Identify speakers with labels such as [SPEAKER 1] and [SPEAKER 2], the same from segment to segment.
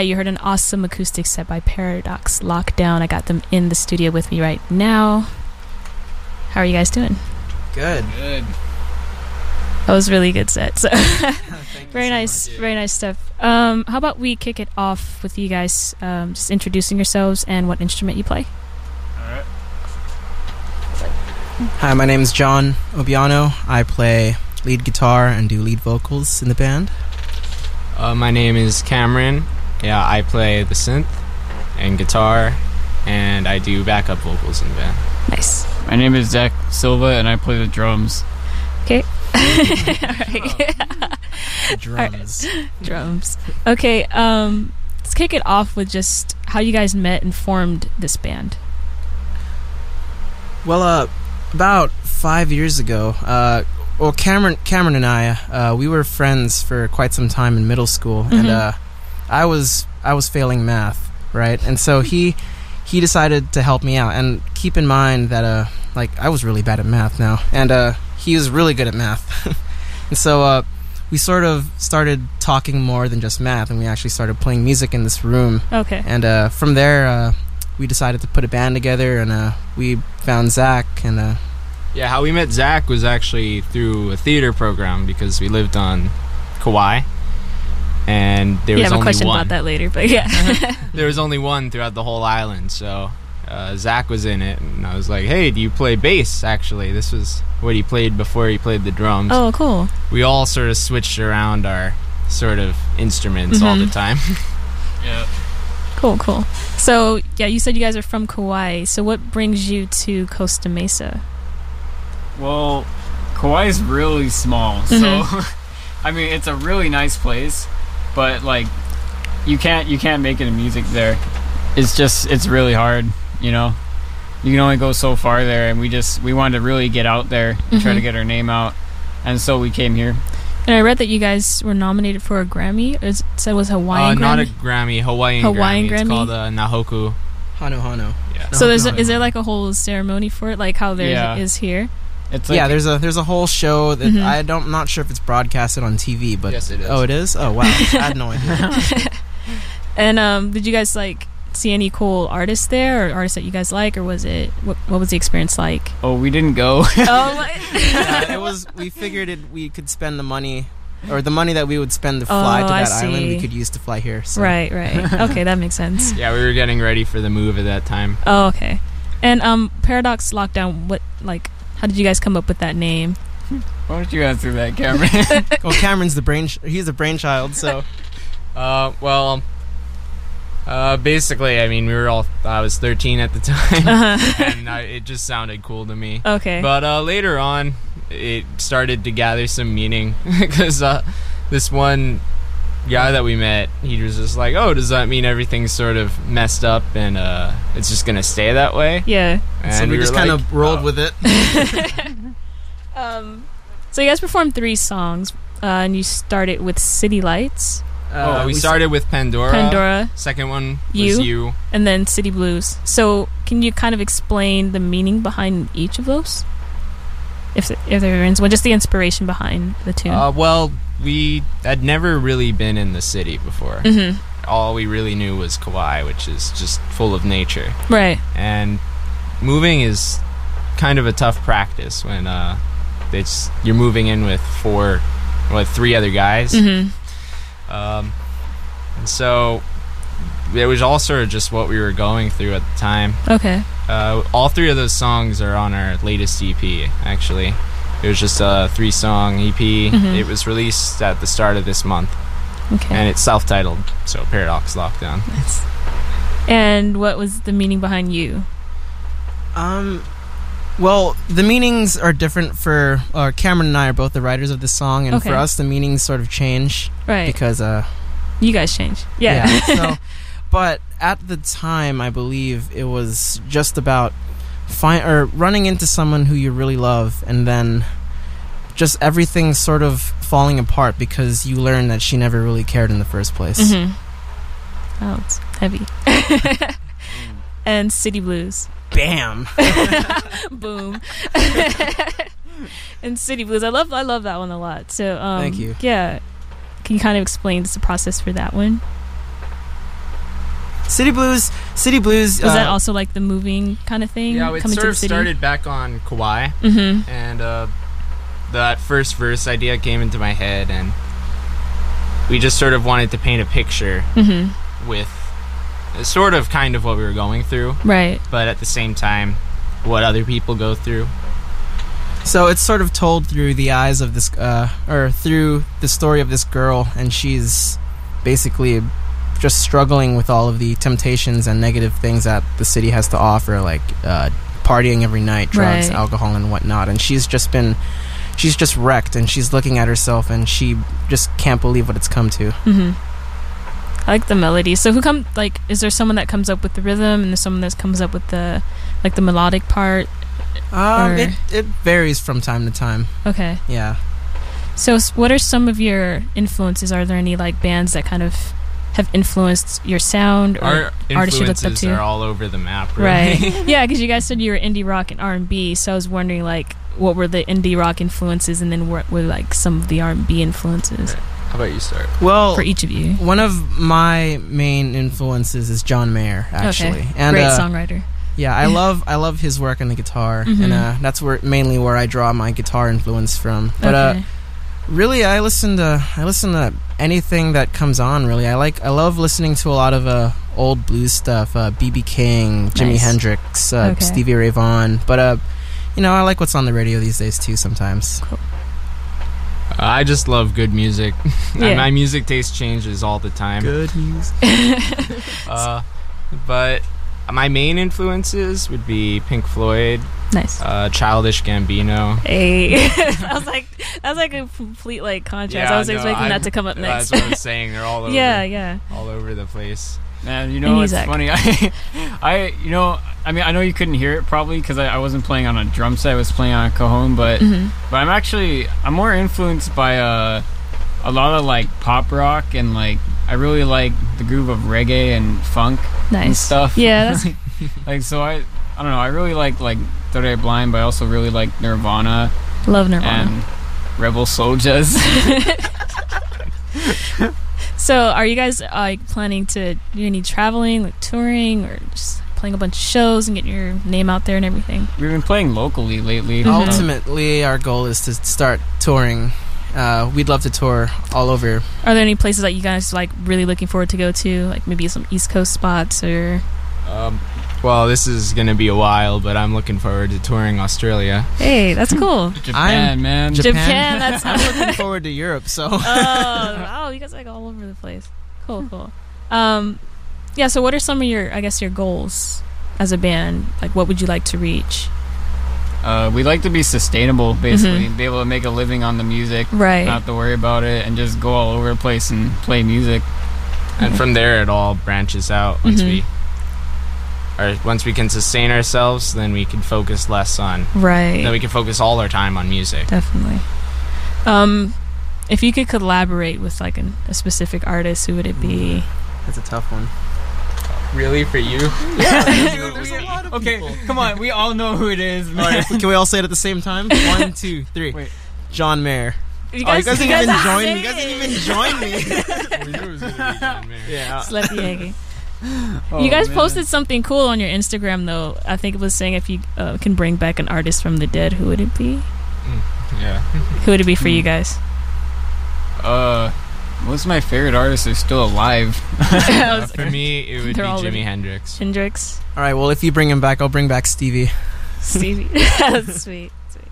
[SPEAKER 1] You heard an awesome acoustic set by Paradox Lockdown. I got them in the studio with me right now. How are you guys doing?
[SPEAKER 2] Good.
[SPEAKER 3] Good.
[SPEAKER 1] That was a really good set. So
[SPEAKER 2] Thank you
[SPEAKER 1] very
[SPEAKER 2] so
[SPEAKER 1] nice,
[SPEAKER 3] much.
[SPEAKER 1] very nice stuff. Um, how about we kick it off with you guys, um, just introducing yourselves and what instrument you play.
[SPEAKER 3] All right.
[SPEAKER 2] much. Hi, my name is John Obiano. I play lead guitar and do lead vocals in the band.
[SPEAKER 4] Uh, my name is Cameron. Yeah, I play the synth and guitar, and I do backup vocals in the band.
[SPEAKER 1] Nice.
[SPEAKER 3] My name is Zach Silva, and I play the drums.
[SPEAKER 1] All right.
[SPEAKER 2] Drums.
[SPEAKER 1] drums. Okay, um, let's kick it off with just how you guys met and formed this band.
[SPEAKER 2] Well, uh, about five years ago, uh, well, Cameron, Cameron and I, uh, we were friends for quite some time in middle school, and
[SPEAKER 1] Mhm.
[SPEAKER 2] uh, I was I was failing math, right? And so he he decided to help me out. And keep in mind that uh, like I was really bad at math now, and uh, he was really good at math, and so uh, we sort of started talking more than just math, and we actually started playing music in this room
[SPEAKER 1] Okay.
[SPEAKER 2] and uh, from there, uh, we decided to put a band together, and uh, we found Zach, and uh,
[SPEAKER 4] Yeah, how we met Zach was actually through a theater program because we lived on Kauai, and there
[SPEAKER 1] you have
[SPEAKER 4] was
[SPEAKER 1] a
[SPEAKER 4] only
[SPEAKER 1] question
[SPEAKER 4] one.
[SPEAKER 1] about that later, but yeah.
[SPEAKER 4] There was only one throughout the whole island, so uh, Zach was in it, and I was like, "Hey, do you play bass?" Actually, this was what he played before he played the drums.
[SPEAKER 1] oh, cool.
[SPEAKER 4] We all sort of switched around our sort of instruments all the
[SPEAKER 1] Mhm.
[SPEAKER 4] time.
[SPEAKER 3] Yeah.
[SPEAKER 1] Cool, cool. So, yeah, you said you guys are from Kauai. So, what brings you to Costa Mesa?
[SPEAKER 3] Well, Kauai's really small, so
[SPEAKER 2] Mm-hmm.
[SPEAKER 3] I mean it's a really nice place, but like you can't you can't make it in music there. It's just it's really hard, you know. You can only go so far there, and we just we wanted to really get out there and try
[SPEAKER 1] Mhm.
[SPEAKER 2] Mm-hmm.
[SPEAKER 3] to get our name out, and so we came here.
[SPEAKER 1] And I read that you guys were nominated for a Grammy. Is- It said it was Hawaiian
[SPEAKER 4] uh, not a
[SPEAKER 1] Grammy.
[SPEAKER 4] Grammy, Hawaiian,
[SPEAKER 1] Hawaiian
[SPEAKER 4] Grammy. It's
[SPEAKER 1] Grammy?
[SPEAKER 4] called a Nahoku.
[SPEAKER 2] Hano Hano.
[SPEAKER 4] Yeah.
[SPEAKER 1] so, there's
[SPEAKER 2] no,
[SPEAKER 1] a, is there like a whole ceremony for it, like how there is
[SPEAKER 3] Yeah.
[SPEAKER 1] here?
[SPEAKER 3] It's like
[SPEAKER 2] yeah, there's a there's a whole show that
[SPEAKER 1] Mhm.
[SPEAKER 2] I don't I'm not sure if it's broadcasted on TV, but
[SPEAKER 4] Yes, it is.
[SPEAKER 2] oh, it is. Oh wow, I had no idea.
[SPEAKER 1] And um, did you guys like see any cool artists there, or artists that you guys like, or was it what, what was the experience like?
[SPEAKER 3] oh we didn't go.
[SPEAKER 1] oh, my-
[SPEAKER 2] yeah, it was. We figured it, we could spend the money, or the money that we would spend to fly
[SPEAKER 1] Oh,
[SPEAKER 2] to
[SPEAKER 1] I
[SPEAKER 2] that island, we
[SPEAKER 1] see.
[SPEAKER 2] could use to fly here. So.
[SPEAKER 1] Right, right. Okay, that makes sense.
[SPEAKER 4] Yeah, we were getting ready for the move at that time.
[SPEAKER 1] Oh, okay. And um, Paradox Lockdown. What like? How did you guys come up with that name?
[SPEAKER 3] Why don't you answer that, Cameron?
[SPEAKER 2] Well, Cameron's the brain. He's the brainchild. So
[SPEAKER 4] Uh, well, uh, basically, I mean, we were all. I was 13 at the time, and I, it just sounded cool to me.
[SPEAKER 1] Uh-huh. Okay.
[SPEAKER 4] But uh, later on, it started to gather some meaning because uh, this one guy that we met, he was just like, "Oh, does that mean everything's sort of messed up and uh, it's just gonna stay that way?"
[SPEAKER 1] yeah.
[SPEAKER 4] And
[SPEAKER 2] so we,
[SPEAKER 4] were
[SPEAKER 2] just kind
[SPEAKER 4] like,
[SPEAKER 2] of rolled
[SPEAKER 4] "Oh."
[SPEAKER 2] with it.
[SPEAKER 1] Um, so you guys performed three songs, uh, and you started with City Lights,
[SPEAKER 2] Uh,
[SPEAKER 4] oh, we,
[SPEAKER 2] s-
[SPEAKER 4] started with Pandora.
[SPEAKER 1] Pandora,
[SPEAKER 4] Second one
[SPEAKER 1] You.
[SPEAKER 4] was you.
[SPEAKER 1] and then City Blues. So can you kind of explain the meaning behind each of those? If th- if there is one, just the inspiration behind the tune.
[SPEAKER 4] Uh, well, we had never really been in the city before.
[SPEAKER 1] Mhm.
[SPEAKER 4] All we really knew was Kauai, which is just full of nature.
[SPEAKER 1] Right.
[SPEAKER 4] And moving is kind of a tough practice when uh, it's you're moving in with four, with three other guys.
[SPEAKER 1] hmm
[SPEAKER 4] Um, and so it was all sort of just what we were going through at the time.
[SPEAKER 1] Okay.
[SPEAKER 4] Uh, all three of those songs are on our latest EP, actually. It was just a three song EP.
[SPEAKER 1] Mhm.
[SPEAKER 4] It was released at the start of this month,
[SPEAKER 1] Okay.
[SPEAKER 4] and it's self titled, so Paradox Lockdown.
[SPEAKER 1] Nice. And what was the meaning behind you?
[SPEAKER 2] Um, well, the meanings are different for uh, Cameron and I are both the writers of this song, and for
[SPEAKER 1] Okay.
[SPEAKER 2] us, the meanings sort of change
[SPEAKER 1] Right.
[SPEAKER 2] because, uh,
[SPEAKER 1] You guys changed. Yeah.
[SPEAKER 2] so, but at the time, I believe it was just about find or running into someone who you really love, and then just everything sort of falling apart because you learn that she never really cared in the first place.
[SPEAKER 1] hmm Oh, it's heavy. and City Blues.
[SPEAKER 2] Bam.
[SPEAKER 1] Boom. and City Blues. I love I love that one a lot. So um,
[SPEAKER 2] Thank you.
[SPEAKER 1] Yeah. Can you kind of explain just the process for that one?
[SPEAKER 2] City Blues, City Blues.
[SPEAKER 1] Was
[SPEAKER 2] uh,
[SPEAKER 1] that also like the moving kind of thing?
[SPEAKER 4] Yeah, it
[SPEAKER 1] coming
[SPEAKER 4] sort
[SPEAKER 1] to
[SPEAKER 4] of
[SPEAKER 1] the city?
[SPEAKER 4] started back on Kauai,
[SPEAKER 1] Mm-hmm.
[SPEAKER 4] and uh, that first verse idea came into my head, and we just sort of wanted to paint a picture
[SPEAKER 1] Mm-hmm.
[SPEAKER 4] with sort of kind of what we were going through,
[SPEAKER 1] Right.
[SPEAKER 4] but at the same time, what other people go through.
[SPEAKER 2] So it's sort of told through the eyes of this, uh, or through the story of this girl, and she's basically just struggling with all of the temptations and negative things that the city has to offer, like uh, partying every night, drugs,
[SPEAKER 1] Right.
[SPEAKER 2] alcohol, and whatnot. And she's just been, she's just wrecked, and she's looking at herself, and she just can't believe what it's come to.
[SPEAKER 1] Mm-hmm. I like the melody. So who come like? Is there someone that comes up with the rhythm, and there's someone that comes up with the like the melodic part?
[SPEAKER 2] Um,
[SPEAKER 1] Or-
[SPEAKER 2] it it varies from time to time.
[SPEAKER 1] Okay.
[SPEAKER 2] Yeah.
[SPEAKER 1] So s- what are some of your influences? Are there any like bands that kind of have influenced your sound? Or,
[SPEAKER 4] Our
[SPEAKER 1] artists you looked up
[SPEAKER 4] influences
[SPEAKER 1] to?
[SPEAKER 4] are all over the map, really.
[SPEAKER 1] right. yeah, because you guys said you were indie rock and R and B. So I was wondering like. What were the indie rock influences, and then what were like some of the R and B influences
[SPEAKER 4] How about you start?
[SPEAKER 2] Well,
[SPEAKER 1] for e- each of you?
[SPEAKER 2] one of my main influences is John Mayer, actually.
[SPEAKER 1] okay,
[SPEAKER 2] And
[SPEAKER 1] great
[SPEAKER 2] uh,
[SPEAKER 1] songwriter.
[SPEAKER 2] Yeah, I love I love his work on the guitar,
[SPEAKER 1] Mhm.
[SPEAKER 2] and uh, that's where mainly where I draw my guitar influence from. But uh,
[SPEAKER 1] okay.
[SPEAKER 2] really, I listen to I listen to anything that comes on. Really, I like I love listening to a lot of uh, old blues stuff, uh, BB King, Jimi
[SPEAKER 1] Nice.
[SPEAKER 2] Hendrix, uh,
[SPEAKER 1] Okay.
[SPEAKER 2] Stevie Ray Vaughan. But uh, you know, I like what's on the radio these days too. Sometimes.
[SPEAKER 4] I just love good music.
[SPEAKER 1] Yeah.
[SPEAKER 4] my music taste changes all the time.
[SPEAKER 2] Good news.
[SPEAKER 4] Uh, but my main influences would be Pink Floyd,
[SPEAKER 1] nice.
[SPEAKER 4] uh, Childish Gambino.
[SPEAKER 1] Hey, I was like, that was like a complete like contrast. I was
[SPEAKER 4] no,
[SPEAKER 1] expecting
[SPEAKER 4] I'm-
[SPEAKER 1] that to come up next.
[SPEAKER 4] That's what I'm saying. They're all over,
[SPEAKER 1] yeah, yeah.
[SPEAKER 4] all over the place.
[SPEAKER 3] Man, you
[SPEAKER 1] And
[SPEAKER 3] know
[SPEAKER 1] you,
[SPEAKER 3] it's
[SPEAKER 1] Zach.
[SPEAKER 3] funny. I, I, you know, I mean, I know you couldn't hear it probably because I, I wasn't playing on a drum set. I was playing on a cajon, but
[SPEAKER 1] Mhm.
[SPEAKER 3] but I'm actually I'm more influenced by uh, a lot of like pop rock and like I really like the groove of reggae and funk and
[SPEAKER 1] Nice
[SPEAKER 3] stuff.
[SPEAKER 1] Yeah, that's,
[SPEAKER 3] like so I I don't know. I really like like Third Eye Blind, but I also really like Nirvana
[SPEAKER 1] love Nirvana.
[SPEAKER 3] and Rebel Soldiers.
[SPEAKER 1] so, are you guys uh, like planning to do any traveling, like touring, or just playing a bunch of shows and getting your name out there and everything?
[SPEAKER 3] We've been playing locally lately.
[SPEAKER 1] Mhm.
[SPEAKER 2] Mm-hmm.
[SPEAKER 3] so-
[SPEAKER 2] Ultimately, our goal is to start touring. Uh, we'd love to tour all over
[SPEAKER 1] Are there any places that you guys like really looking forward to go to? Like maybe some East Coast spots or
[SPEAKER 3] Uh,
[SPEAKER 4] Um, well, this is gonna be a while, but I'm looking forward to touring Australia.
[SPEAKER 1] hey, that's cool.
[SPEAKER 3] Japan, man.
[SPEAKER 2] Jap-
[SPEAKER 1] Japan
[SPEAKER 2] Japan.
[SPEAKER 1] that's
[SPEAKER 2] I'm looking forward to Europe. So
[SPEAKER 1] oh wow, you guys are, like all over the place. Cool, cool. Um, yeah. So, what are some of your, I guess, your goals as a band? Like, what would you like to reach?
[SPEAKER 3] Uh, we like to be sustainable, basically, be able to make a living on the music,
[SPEAKER 1] Right.
[SPEAKER 2] Uh,
[SPEAKER 3] not have to worry about it, and just go all over the place and play music.
[SPEAKER 4] And from there, it all branches out once
[SPEAKER 1] Mhm.
[SPEAKER 4] we. Or once we can sustain ourselves, then we can focus less on.
[SPEAKER 1] right.
[SPEAKER 4] Then we can focus all our time on music.
[SPEAKER 1] Definitely. Um, if you could collaborate with like an, a specific artist, who would it be?
[SPEAKER 2] Mm. that's a tough one.
[SPEAKER 4] Really, for you?
[SPEAKER 3] Okay, come on, we all know who it is,
[SPEAKER 2] All right, can we all say it at the same time? One, two, three.
[SPEAKER 3] Wait.
[SPEAKER 2] John Mayer. oh, you guys didn't even join me. You guys didn't even join me. yeah.
[SPEAKER 1] Slept the egg.
[SPEAKER 3] Oh,
[SPEAKER 1] you guys posted something cool on your Instagram though. I think it was saying if you uh, can bring back an artist from the dead, who would it be?
[SPEAKER 4] Yeah.
[SPEAKER 1] Who would it be for
[SPEAKER 3] Hmm.
[SPEAKER 1] you guys?
[SPEAKER 3] Uh, most of my favorite artists are still alive.
[SPEAKER 1] I
[SPEAKER 4] Uh,
[SPEAKER 1] was
[SPEAKER 4] for
[SPEAKER 1] like,
[SPEAKER 4] me, it would be
[SPEAKER 1] They're all
[SPEAKER 4] Jimi
[SPEAKER 1] living-
[SPEAKER 4] Hendrix.
[SPEAKER 1] Hendrix.
[SPEAKER 2] All right. Well, if you bring him back, I'll bring back Stevie.
[SPEAKER 1] Stevie. That's sweet. Sweet.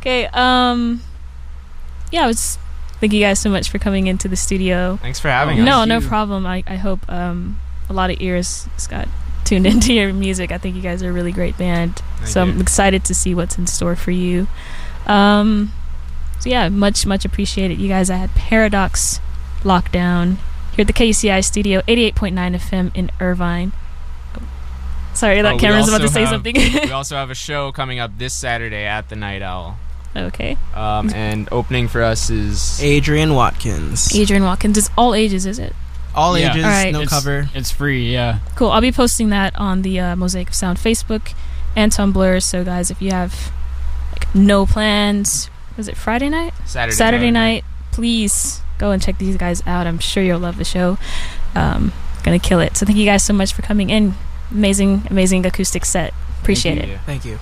[SPEAKER 1] Okay. Um. Yeah, I was. Thank you guys so much for coming into the studio.
[SPEAKER 4] Thanks for having us.
[SPEAKER 3] Thank
[SPEAKER 1] No,
[SPEAKER 3] you.
[SPEAKER 1] no problem. I, I hope um a lot of ears s- got tuned into your music. I think you guys are a really great band.
[SPEAKER 4] Thank
[SPEAKER 1] so I'm
[SPEAKER 4] you.
[SPEAKER 1] excited to see what's in store for you. Um. So yeah, much much appreciated, you guys. I had Paradox Lockdown here at the KUCI studio, 88.9 FM in Irvine. Oh, Sorry,
[SPEAKER 4] Oh,
[SPEAKER 1] that
[SPEAKER 4] we
[SPEAKER 1] camera's about
[SPEAKER 4] also
[SPEAKER 1] to say
[SPEAKER 4] have-
[SPEAKER 1] something.
[SPEAKER 4] we also have a show coming up this Saturday at the Night Owl.
[SPEAKER 1] okay.
[SPEAKER 4] Um, and opening for us is
[SPEAKER 2] Adrian Watkins.
[SPEAKER 1] Adrian Watkins. It's all ages, is it?
[SPEAKER 2] All
[SPEAKER 3] Yeah.
[SPEAKER 2] ages,
[SPEAKER 1] All right.
[SPEAKER 2] no
[SPEAKER 3] It's-
[SPEAKER 2] cover.
[SPEAKER 3] It's free, yeah.
[SPEAKER 1] Cool. I'll be posting that on the uh, Mosaic of Sound Facebook and Tumblr. So, guys, if you have like no plans, was it Friday night?
[SPEAKER 4] Saturday.
[SPEAKER 1] Saturday night, please go and check these guys out. I'm sure you'll love the show. Um, Gonna kill it. So thank you guys so much for coming in. Amazing, amazing acoustic set. Appreciate it.
[SPEAKER 2] Thank you.